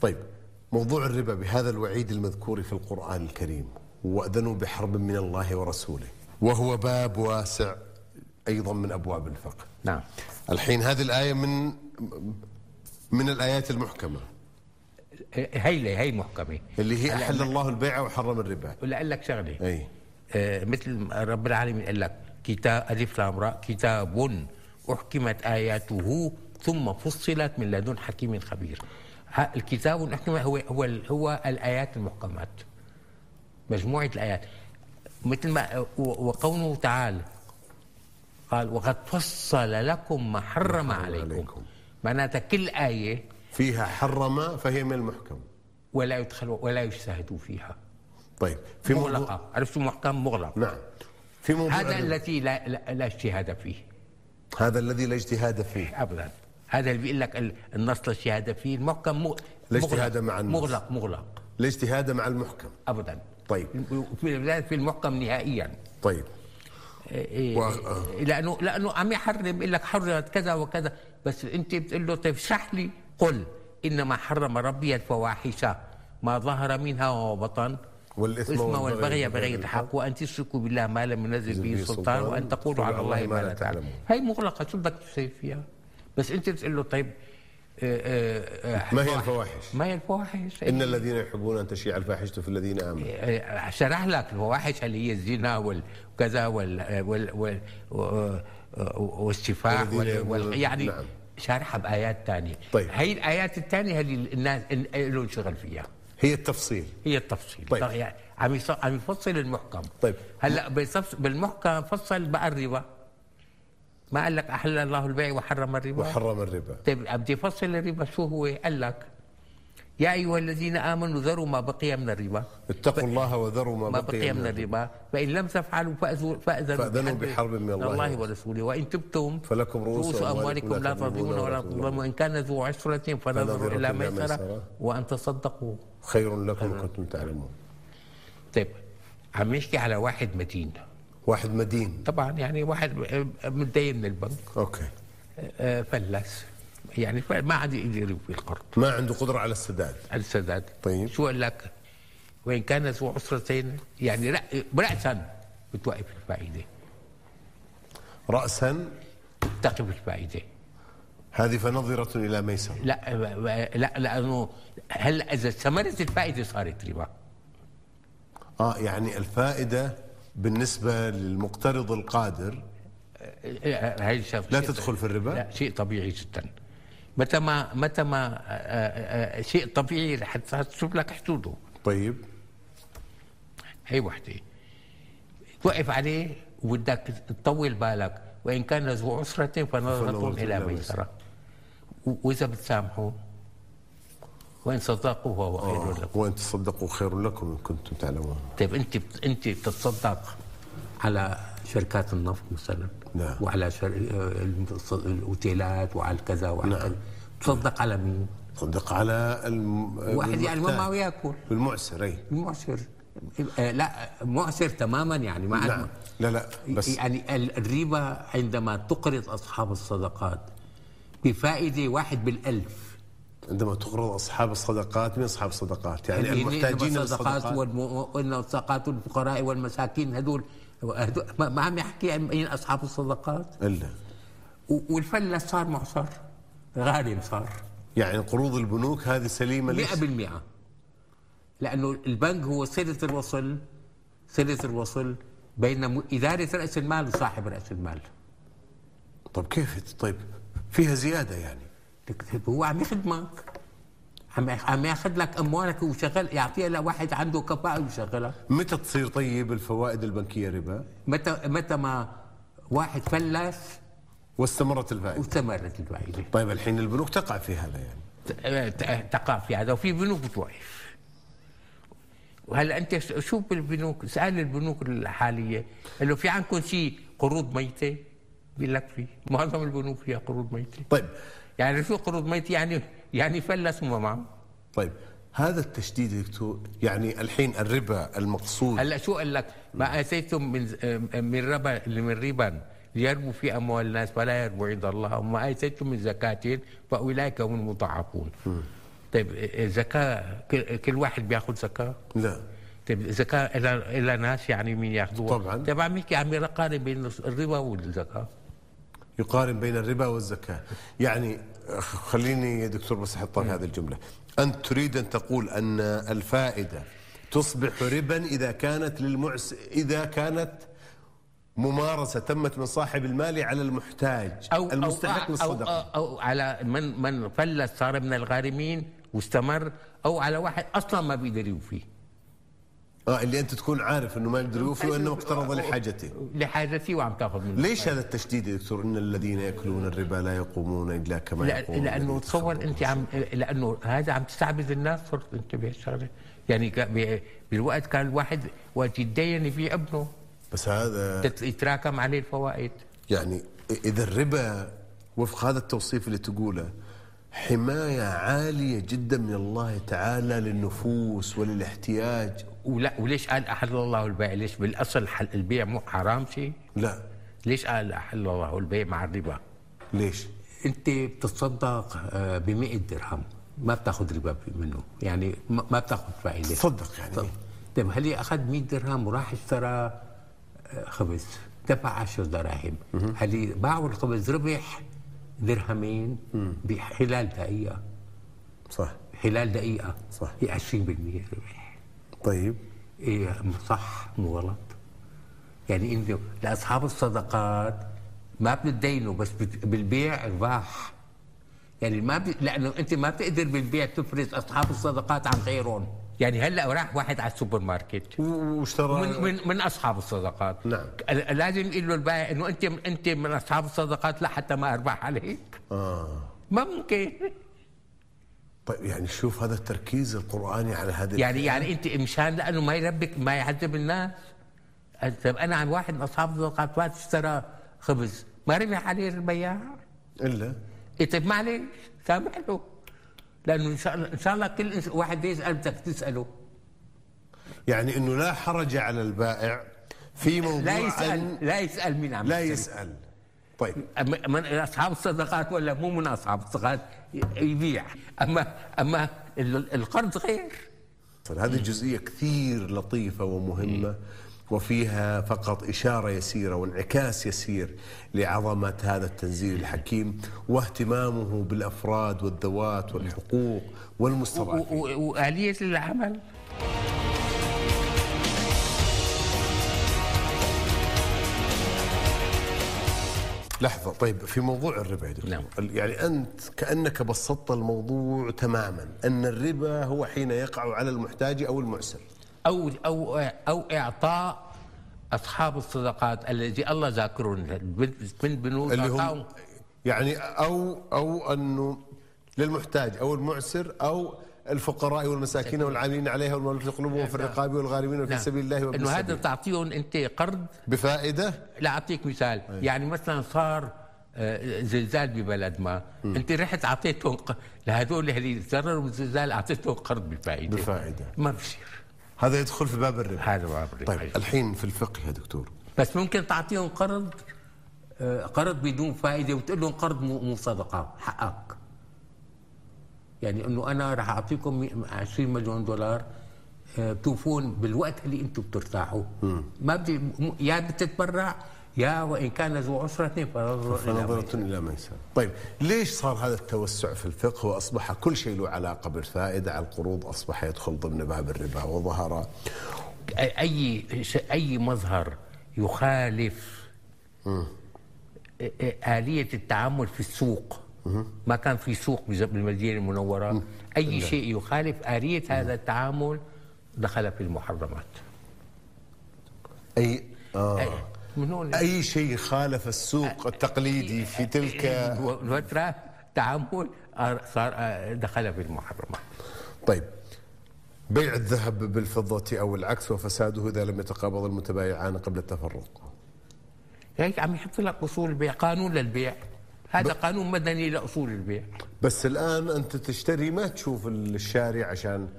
A: طيب موضوع الربا بهذا الوعيد المذكور في القرآن الكريم وأذنوا بحرب من الله ورسوله وهو باب واسع أيضا من أبواب الفقه
B: نعم
A: الحين هذه الآية من من الآيات المحكمة
B: إيه، هي هي محكمة
A: اللي هي أحل
B: يعني
A: الله البيع وحرم الربا
B: ولا لك شغلة
A: أي
B: آه، مثل ما رب العالمين قال لك كتاب ألف لام راء كتاب أحكمت آياته ثم فصلت من لدن حكيم خبير ها- الكتاب الأحكمة هو هو ال- هو الآيات المحكمات مجموعة الآيات مثل ما و- وقوله تعالى قال وقد فصل لكم ما حرم عليكم, عليكم.
A: عليكم.
B: معناتها كل آية
A: فيها حرم فهي من المحكم
B: ولا يدخل ولا يجتهدوا فيها
A: طيب في موضوع
B: مغلقة عرفتوا محكم مغلق
A: نعم في موضوع
B: هذا
A: هذا,
B: التي لا, لا, لا اجتهاد فيه
A: هذا الذي لا اجتهاد فيه
B: ابدا هذا اللي بيقول لك ال- النص لا اجتهاد فيه المحكم مغ-
A: لا
B: مغلق.
A: اجتهاد مع النص.
B: مغلق مغلق
A: لا اجتهاد مع المحكم
B: ابدا
A: طيب
B: في لا في المحكم نهائيا
A: طيب
B: إيه
A: و-
B: إيه لانه لانه عم يحرم يقول لك حرمت كذا وكذا بس انت بتقول له طيب اشرح لي قل انما حرم ربي الفواحش ما ظهر منها وبطن
A: والإثم
B: والإثم
A: والبغي
B: والبغي
A: بغير
B: بغير الحق وان تشركوا بالله ما لم ينزل به سلطان وان تقولوا على الله ما لا تعلمون هي مغلقه شو بدك تسير فيها بس انت بتقول له طيب آه، آه، آه،
A: ما هي الفواحش؟
B: ما هي الفواحش
A: ان الذين يحبون ان تشيع الفاحشه في الذين امنوا
B: إيه، شرح لك الفواحش اللي هي الزنا وال- وكذا وال وال وال و- والسفاح
A: والذين
B: وال
A: يأمرون-
B: وال يعني
A: نعم.
B: شارحها بآيات تانية
A: طيب.
B: هي الآيات التانية هذه الناس إن- لهم شغل فيها
A: هي التفصيل
B: هي التفصيل
A: طيب.
B: طب يعني عم يص- عم يفصل المحكم
A: طيب.
B: هلا بيصف- بالمحكم فصل بقى الربا ما قال لك أحل الله البيع وحرم الربا
A: وحرم الربا
B: طيب بدي افصل الربا شو هو؟ قال لك يا ايها الذين امنوا ذروا ما بقي من الربا
A: اتقوا الله وذروا ما,
B: ما بقي من الربا فإن لم تفعلوا فأذوا فأذنوا,
A: يعني. فأذنوا بحرب من الله
B: الله ورسوله وإن تبتم
A: فلكم رؤوس أموالكم لا
B: لا
A: تظلمون
B: تظلمون ولا
A: ولا
B: تظلمون وإن كان ذو عسرة فنظر
A: فنظرة
B: إلى
A: إلى
B: ميسرة
A: ميسرة.
B: وأن تصدقوا
A: خير لكم إن كنتم تعلمون
B: طيب عم نحكي على واحد متين
A: واحد مدين
B: طبعا يعني واحد متدين من البنك
A: اوكي
B: آه، فلس يعني ف- ما عاد يقدر يوفي القرض
A: ما عنده قدره على السداد
B: السداد
A: طيب.
B: شو قال لك؟ وإن كان ذو عسرتين يعني رأ- رأسا بتوقف الفائدة
A: راسا
B: بتقف الفائدة
A: هذه فنظره الى ميسره
B: لا لا لانه هلا اذا استمرت الفائده صارت ربا
A: اه يعني الفائده بالنسبه للمقترض القادر
B: هي الشغله
A: لا تدخل في الربا؟
B: لا شيء طبيعي جدا متى ما متى ما آه، آه، آه، شيء طبيعي حتى تشوف لك حدوده
A: طيب
B: هي وحده توقف عليه وبدك تطول بالك وان كان ذو عسره فنظره
A: فنظرة
B: الى
A: إلى
B: ميسره و- واذا بتسامحه وان صدقوا فهو خير لكم
A: آه. وان تصدقوا خير لكم ان كنتم تعلمون
B: طيب انت بت- انت بتتصدق على شركات النفط مثلا
A: نعم.
B: وعلى شر... آه، الص- الاوتيلات وعلى كذا وعلى
A: نعم.
B: كذا تصدق على مين؟
A: صدق على الم...
B: واحد يعني
A: بالمحتاج.
B: ما ياكل
A: بالمعسر اي
B: معسر آه، لا معسر تماما يعني ما
A: نعم
B: عاد
A: لا لا بس
B: يعني ال- الربا عندما تقرض اصحاب الصدقات بفائده واحد بالالف
A: عندما تقرض اصحاب الصدقات من اصحاب الصدقات يعني
B: اللي- اللي
A: المحتاجين
B: الصدقات
A: للصدقات
B: والم- والصدقات والفقراء والمساكين هذول هذول- ما ما عم يحكي عن مين اصحاب الصدقات
A: الا
B: و- والفلس صار معصر غالي صار
A: يعني قروض البنوك هذه سليمه ليش؟
B: 100% لانه البنك هو صله الوصل صله الوصل بين م- اداره راس المال وصاحب راس المال
A: طب كيف طيب فيها زياده يعني
B: لك طيب هو عم يخدمك عم ياخ- عم ياخذ لك اموالك ويشغل يعطيها لواحد عنده كفاءه ويشغلها
A: متى تصير طيب الفوائد البنكيه ربا
B: متى متى ما واحد فلس
A: واستمرت الفائده
B: واستمرت الفائده
A: طيب الحين البنوك تقع في هذا يعني
B: تقع في هذا وفي بنوك بتوقف وهلا انت شوف بالبنوك اسال البنوك الحاليه قال له في عندكم شيء قروض ميته؟ بيقول لك في معظم البنوك فيها قروض ميته
A: طيب
B: يعني شو قروض ميته يعني يعني فلس وما معه
A: طيب هذا التشديد يا دكتور يعني الحين الربا المقصود
B: هلا شو قال لك ما اتيتم من من ربا من ربا ليربوا في اموال الناس فلا يربو عند الله وما اتيتم من زكاه فاولئك هم المضاعفون طيب الزكاه كل- كل واحد بياخذ زكاه
A: لا
B: طيب الزكاة إلى إلى ناس يعني مين ياخذوها
A: طبعاً.
B: طيب عم يحكي عم يقارن بين الربا والزكاة
A: يقارن بين الربا والزكاه يعني أخ- خليني يا دكتور بس احط لك هذه الجمله انت تريد ان تقول ان الفائده تصبح ربا اذا كانت للمعس اذا كانت ممارسه تمت من صاحب المال على المحتاج المستحق
B: أو, أو,
A: للصدقه
B: أو على من من فلس صار من الغارمين واستمر أو على واحد أصلا ما بيقدر يوفي
A: آه اللي انت تكون عارف انه ما يقدر يوفي وانه مقترض لحاجته
B: لحاجتي وعم تاخذ منه
A: ليش هذا التشديد يا دكتور ان الذين ياكلون الربا لا يقومون الا كما
B: لا
A: يقومون
B: لانه تصور انت عم لانه هذا عم تستعبد الناس صرت انت بهالشغله يعني ك- ب- بالوقت كان الواحد وقت يتدين في ابنه
A: بس هذا
B: تت- يتراكم عليه الفوائد
A: يعني اذا الربا وفق هذا التوصيف اللي تقوله حمايه عاليه جدا من الله تعالى للنفوس وللاحتياج
B: ولا وليش قال احل الله البيع ليش بالاصل حل- البيع مو حرام شيء
A: لا
B: ليش قال احل الله البيع مع الربا
A: ليش؟
C: انت بتتصدق ب 100 آه، درهم ما بتاخذ ربا منه يعني ما ما بتاخذ فائده
A: تصدق يعني.
C: طب- طيب هل اخذ 100 درهم وراح اشترى آه، خبز دفع 10 دراهم هل باعوا الخبز ربح درهمين بخلال دقيقه
A: صح
C: خلال دقيقه
A: صح.
C: هي 20% ربح
A: طيب
B: إيه،
C: ايه صح مو غلط يعني انه لاصحاب الصدقات ما بتدينوا بس بت- بالبيع رباح يعني ما ب... لانه انت ما بتقدر بالبيع تفرز اصحاب الصدقات عن غيرهم
B: يعني هلا راح واحد على السوبر ماركت
A: و- واشترى
B: من من من اصحاب الصدقات
A: نعم.
B: ال- لازم يقول له البائع انه انت انت من اصحاب الصدقات لا حتى ما اربح عليك
A: اه
B: ما ممكن
A: طيب يعني شوف هذا التركيز القراني على هذه
B: يعني يعني انت مشان لانه ما يربك ما يعذب الناس قال طب انا عن واحد من اصحاب الصدقات فات اشترى خبز ما ربح عليه البياع
A: الا
B: إيه طيب معلش سامح له لانه ان شاء الله ان شاء الله كل إنس- واحد يسال بدك تساله
A: يعني انه لا حرج على البائع في موضوع
B: لا
A: عن-
B: يسال لا يسال مين عم
A: لا
B: يشتري.
A: يسال طيب
B: أما- من اصحاب الصدقات ولا مو من اصحاب الصدقات ي- يبيع اما اما ال- القرض غير
A: هذه الجزئية كثير لطيفة ومهمة وفيها فقط إشارة يسيرة وانعكاس يسير لعظمة هذا التنزيل الحكيم واهتمامه بالأفراد والذوات والحقوق
B: نعم. و-
A: والمستضعفين
B: و- واليه العمل
A: لحظة طيب في موضوع الربا يا دكتور
B: نعم.
A: يعني أنت كأنك بسطت الموضوع تماما أن الربا هو حين يقع على المحتاج أو المعسر
B: او او او اعطاء اصحاب الصدقات الذي الله ذاكرهم بن بن بنوس
A: اللي هم
B: أعطاهم-
A: يعني أو أو أنه للمحتاج أو المعسر أو الفقراء والمساكين والعاملين عليها والمؤلفة قلوبهم في الرقاب والغارمين وفي
B: نعم.
A: سبيل الله وابن
B: انه هذا
A: السبيل
B: تعطيهم انت قرض
A: بفائدة
B: لا اعطيك مثال يعني مثلا صار آه، زلزال ببلد ما انت رحت اعطيتهم ق- لهدول اللي تضرروا بالزلزال اعطيتهم قرض بفائده
A: بفائدة.
B: ما بصير
A: هذا يدخل في باب الربا
B: هذا ما بدي
A: طيب
B: أعرف.
A: الحين في الفقه يا دكتور
B: بس ممكن تعطيهم قرض
C: آه، قرض بدون فائده وتقول لهم قرض مو مو صدقه حقك يعني انه انا راح اعطيكم مي- 20 مليون دولار آه، بتوفون بالوقت اللي انتم بترتاحوا ما بدي م- يا بتتبرع يا وان كان ذو عسره فنظر إلى
A: فنظرة إلى ميسر طيب ليش صار هذا التوسع في الفقه وأصبح كل شيء له علاقة بالفائدة على القروض أصبح يدخل ضمن باب الربا وظهر
B: اي اي مظهر يخالف آلية التعامل في السوق ما كان في سوق بز- بالمدينة المنورة أي شيء يخالف آلية هذا التعامل دخل في المحرمات
A: أي آه
B: من هون
A: أي شيء خالف السوق التقليدي في
B: إيه،
A: تلك
B: الفترة تعامل آه، صار آه، دخل في المحرمات
A: طيب بيع الذهب بالفضة أو العكس وفساده إذا لم يتقابض المتبايعان قبل التفرق
B: هيك عم يحط لك أصول البيع قانون للبيع هذا قانون مدني لأصول البيع
A: بس الآن أنت تشتري ما تشوف الشارع عشان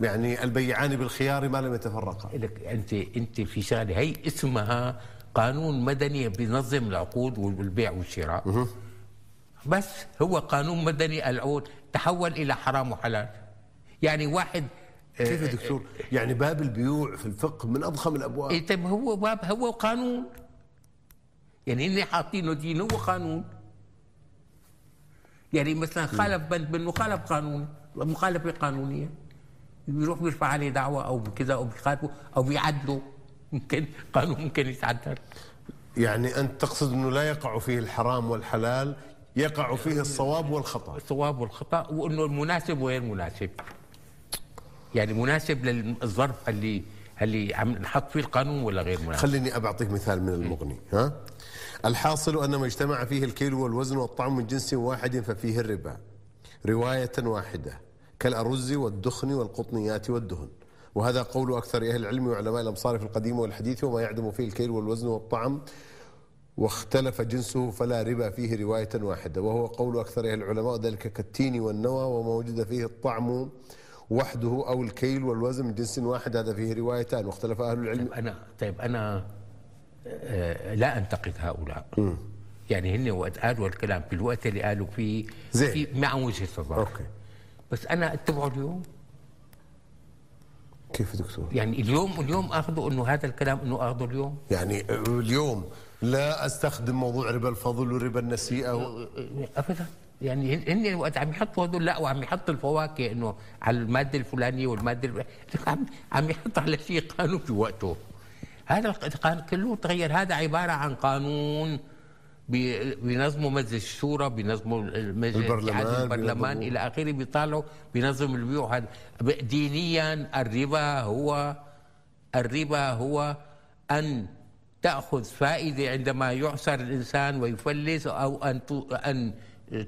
A: يعني البيعان بالخيار ما لم يتفرقا
B: لك انت انت في شغله هي اسمها قانون مدني بينظم العقود والبيع والشراء بس هو قانون مدني العقود تحول الى حرام وحلال يعني واحد
A: كيف يا دكتور يعني باب البيوع في الفقه من أضخم الأبواب
B: إيه طيب هو باب هو قانون يعني هن حاطينه دين هو قانون يعني مثلا خالف بند منه خالف قانون مخالفه قانونيه بيروح بيرفع عليه دعوه او كذا او بيخالفه او بيعدله ممكن قانون ممكن يتعدل
A: يعني أنت تقصد أنه لا يقع فيه الحرام والحلال يقع فيه الصواب والخطأ
B: الصواب والخطا وانه المناسب وغير مناسب يعني مناسب للظرف اللي اللي عم نحط فيه القانون ولا غير مناسب
A: خليني أبعطيك مثال من المغني ها الحاصل أن ما اجتمع فيه الكيل والوزن والطعم من جنس واحد ففيه الربا رواية واحدة كالأرز والدخن والقطنيات والدهن وهذا قول أكثر أهل العلم وعلماء الأمصار في القديم والحديث وما يعدم فيه الكيل والوزن والطعم واختلف جنسه فلا ربا فيه رواية واحدة وهو قول أكثر أهل العلماء ذلك كالتين والنوى وما وجد فيه الطعم وحده أو الكيل والوزن من جنس واحد هذا فيه روايتان واختلف أهل العلم
B: طيب انا طيب انا آه، لا انتقد هؤلاء يعني هن وقت قالوا الكلام في الوقت اللي قالوا فيه
A: زين.
B: في مع وجهه نظر
A: أوكي
B: بس انا اتبعه اليوم
A: كيف دكتور
B: يعني اليوم اليوم اخذه انه هذا الكلام انه اخذه اليوم
A: يعني اليوم لا أستخدم موضوع ربا الفضل وربا النسيئة و...
B: ابدا يعني هن- هن وقت عم يحطوا هدول لا وعم يحط الفواكه انه على الماده الفلانيه والماده الب- عم عم يحط على شيء قانون في وقته هذا القانون كله تغير هذا عباره عن قانون بي- بينظموا مجلس الشورى بينظموا المجلس
A: البرلمان،
B: عادي البرلمان
A: بينظموا-
B: الى اخره بيطالعوا بينظم البيوع هذا ب- دينيا الربا هو الربا هو ان تاخذ فائده عندما يعسر الانسان ويفلس او ان ت- ان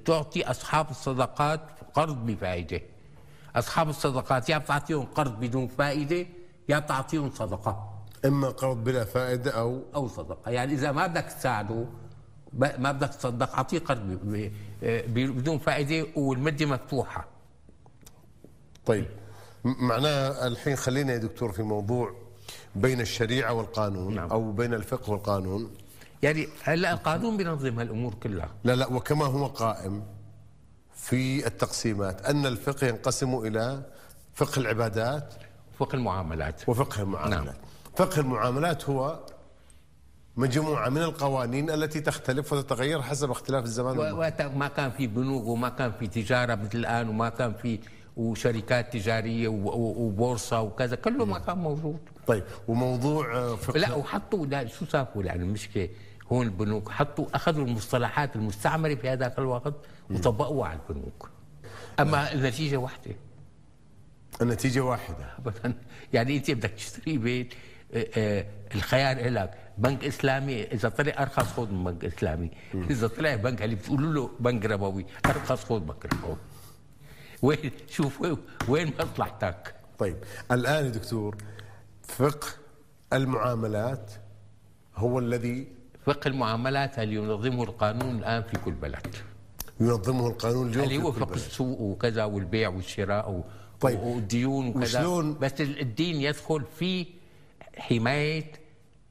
B: تعطي اصحاب الصدقات قرض بفائده اصحاب الصدقات يا بتعطيهم قرض بدون فائده يا بتعطيهم صدقه
A: إما قرض بلا فائدة أو
C: او صدقه يعني اذا ما بدك تساعده ب- ما بدك تصدق اعطيه قرض ب- ب- ب- بدون فائده والمده مفتوحه
A: طيب م- معناه الحين خلينا يا دكتور في موضوع بين الشريعة والقانون
B: نعم.
A: أو بين الفقه والقانون
B: يعني هلا القانون بينظم هالامور كلها
A: لا لا وكما هو قائم في التقسيمات أن الفقه ينقسم إلى فقه العبادات
B: فوق المعاملات
A: وفقه المعاملات نعم.
B: نعم.
A: فقه المعاملات هو مجموعة من القوانين التي تختلف وتتغير حسب اختلاف الزمان
B: و-
A: والمكان.
B: وقتها ما كان في بنوك وما كان في تجاره مثل الان وما كان في وشركات تجاريه و- و- وبورصه وكذا كله ما كان موجود
A: طيب وموضوع آه، فقه
B: لا وحطوا لا شو سافوا لان المشكله هون البنوك حطوا اخذوا المصطلحات المستعمره في هذاك الوقت وطبقوها على البنوك اما النتيجه واحده
A: النتيجة واحدة
B: ابدا يعني انت بدك تشتري بيت آه، آه، الخيار لك بنك اسلامي اذا طلع ارخص خذ من بنك اسلامي اذا طلع بنك اللي بتقولوا له بنك ربوي ارخص خذ بنك ربوي وين شوف وين- وين مصلحتك
A: طيب الآن يا دكتور فقه المعاملات هو الذي
B: فقه المعاملات اللي ينظمه القانون الان في كل بلد
A: ينظمه القانون اليوم
B: اللي
A: في
B: هو
A: كل
B: فقه
A: بلد.
B: السوق وكذا والبيع والشراء و...
A: طيب.
B: طيب والديون وكذا
A: وشلون-
B: بس ال- الدين يدخل في حمايه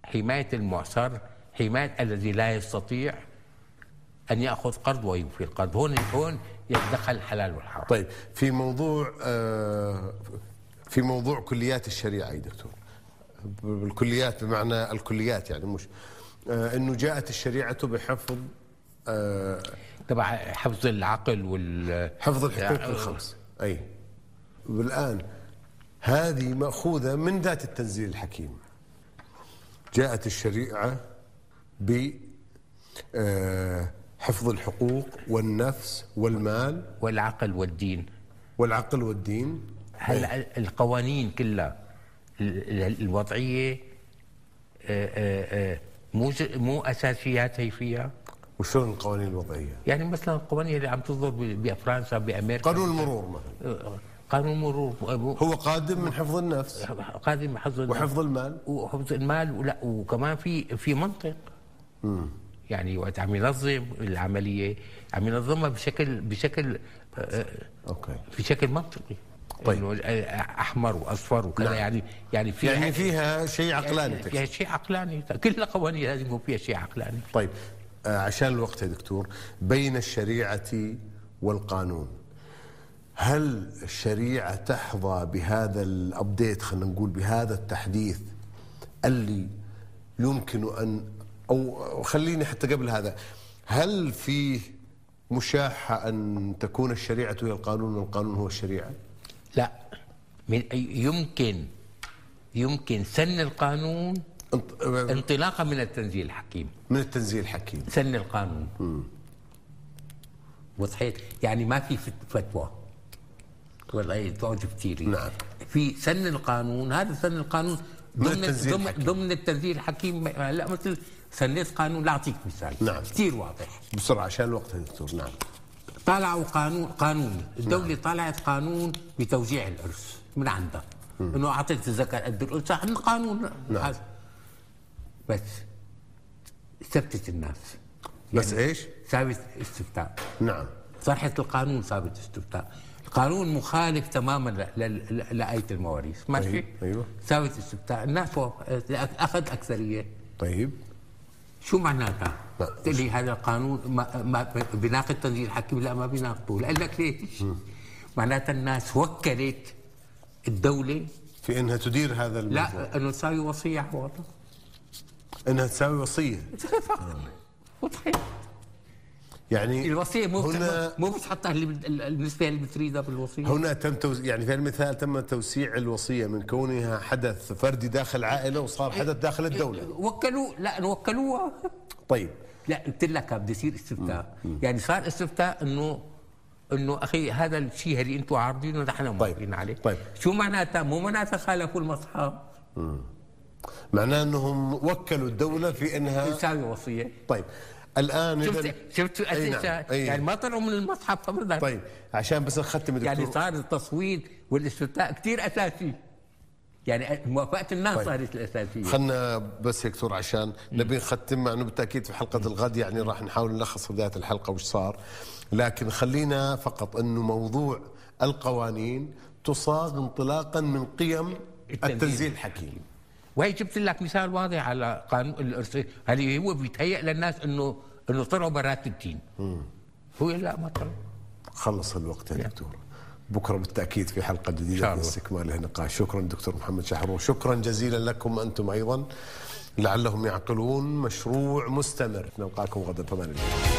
B: حمايه المعسر حمايه الذي لا يستطيع ان ياخذ قرض ويوفي القرض هون هون يتدخل الحلال والحرام
A: طيب في موضوع آه، في موضوع كليات الشريعه يا دكتور الكليات بمعنى الكليات يعني مش آه، انه جاءت الشريعه بحفظ آه،
B: تبع حفظ العقل وال
A: حفظ الحقوق الخمس اي والان هذه ماخوذه من ذات التنزيل الحكيم جاءت الشريعه ب آه، حفظ الحقوق والنفس والمال
B: والعقل والدين
A: والعقل والدين طيب.
B: هلا القوانين كلها ال- ال- الوضعيه آه، آه، آه، مو ج- مو اساسيات هي فيها
A: وشلون القوانين الوضعيه؟
B: يعني مثلا القوانين اللي عم تصدر ب- بفرنسا بامريكا
A: قانون المرور مثلا
B: آه، قانون مرور آه،
A: هو قادم من حفظ النفس
B: قادم حظ
A: وحفظ المال
B: وحفظ المال ولا وكمان في في منطق يعني وقت عم ينظم العمليه عم ينظمها بشكل بشكل آه،
A: اوكي
B: بشكل منطقي
A: طيب.
B: إنه احمر واصفر وكذا
A: نعم.
B: يعني يعني في
A: يعني فيها شيء عقلاني
B: فيها
A: تقصد.
B: شيء عقلاني كل القوانين لازم يكون فيها شيء عقلاني
A: طيب آه، عشان الوقت يا دكتور بين الشريعه والقانون هل الشريعه تحظى بهذا الابديت خلينا نقول بهذا التحديث اللي يمكن ان او أو خليني حتى قبل هذا هل فيه مشاحه ان تكون الشريعه هي القانون والقانون هو الشريعه؟
B: لا من يمكن يمكن سن القانون
A: انط-
B: انطلاقا من التنزيل الحكيم
A: آه، من التنزيل حكيم
B: سن القانون
C: وضحيت يعني ما في فت- فتوى والله تقعد كثير
A: نعم.
C: في سن القانون هذا سن القانون
A: من
B: ضمن
A: التنزيل
B: ضمن,
A: الحكيم.
B: ضمن التنزيل الحكيم لا مثل سنيت قانون لاعطيك مثال
A: نعم.
B: كثير واضح
A: بسرعه عشان الوقت يا دكتور نعم
B: طلعوا قانون قانون الدولة نعم. طلعت قانون بتوزيع الارث من عندها انه اعطيك تذكر قد الارث عن قانون
A: نعم.
B: هذا. بس ثبتت الناس
A: بس ايش؟
B: ثابت استفتاء
A: نعم
B: طرحت القانون ثابت استفتاء القانون مخالف تماما ل- ل- ل- لآية المواريث ماشي
A: طيب، أيوة.
B: ثابت استفتاء الناس وافق- أخذ أكثرية
A: طيب
B: شو معناتها؟
A: لا.
B: تقول لي هذا القانون ما ما بيناقض تنزيل الحكيم لا ما بيناقضه قال لك ليش؟ معناتها الناس وكلت الدولة
A: في انها تدير هذا الموضوع
B: لا انه تساوي وصية حوالها
A: انها تساوي وصيه
B: وضحيت
A: يعني
B: إيه، الوصية مو بت-
A: هنا
B: مو بتحطها اللي بت- النسبة اللي بتريدها بالوصية
A: هنا تم توز... يعني في المثال تم توسيع الوصيه من كونها حدث فردي داخل عائله
B: إيه.
A: وصار حدث داخل الدوله
B: وكلوا لا وكلوها
A: طيب
B: لا قلت لك بده يصير استفتاء يعني صار استفتاء انه انه اخي هذا الشيء اللي انتم عارضينه نحن موافقين عليه
A: طيب.
B: شو معناتها مو معناتها خالفوا المصحف
A: معناه انهم وكلوا الدوله في انها
B: يساوي وصيه
A: طيب الان إذن-
B: شفت شفت شو
A: أي نعم.
B: أسئلة؟
A: أي
B: يعني
A: نعم.
B: ما طلعوا من المصحف ابدا
A: طيب عشان بس نختم يا دكتور
B: يعني صار التصويت والاستفتاء كثير اساسي يعني موافقه الناس
A: طيب.
B: صارت الاساسيه
A: خلنا بس يا دكتور عشان نبي نختم مع انه بالتاكيد في حلقه الغد يعني راح نحاول نلخص بدايه الحلقه وش صار لكن خلينا فقط انه موضوع القوانين تصاغ انطلاقا من قيم
D: التنزيل.
A: التنزيل الحكيم
D: وهي جبت لك مثال واضح على قانون الارث هل هو بيتهيأ للناس انه انه طلعوا برات الدين هو لا ما طلعوا
A: خلص الوقت يا دكتور بكره بالتاكيد في حلقه جديده
D: شاء
A: من
D: الله.
A: استكمال النقاش شكرا دكتور محمد شحرور شكرا جزيلا لكم انتم ايضا لعلهم يعقلون مشروع مستمر نلقاكم غدا بأمان الله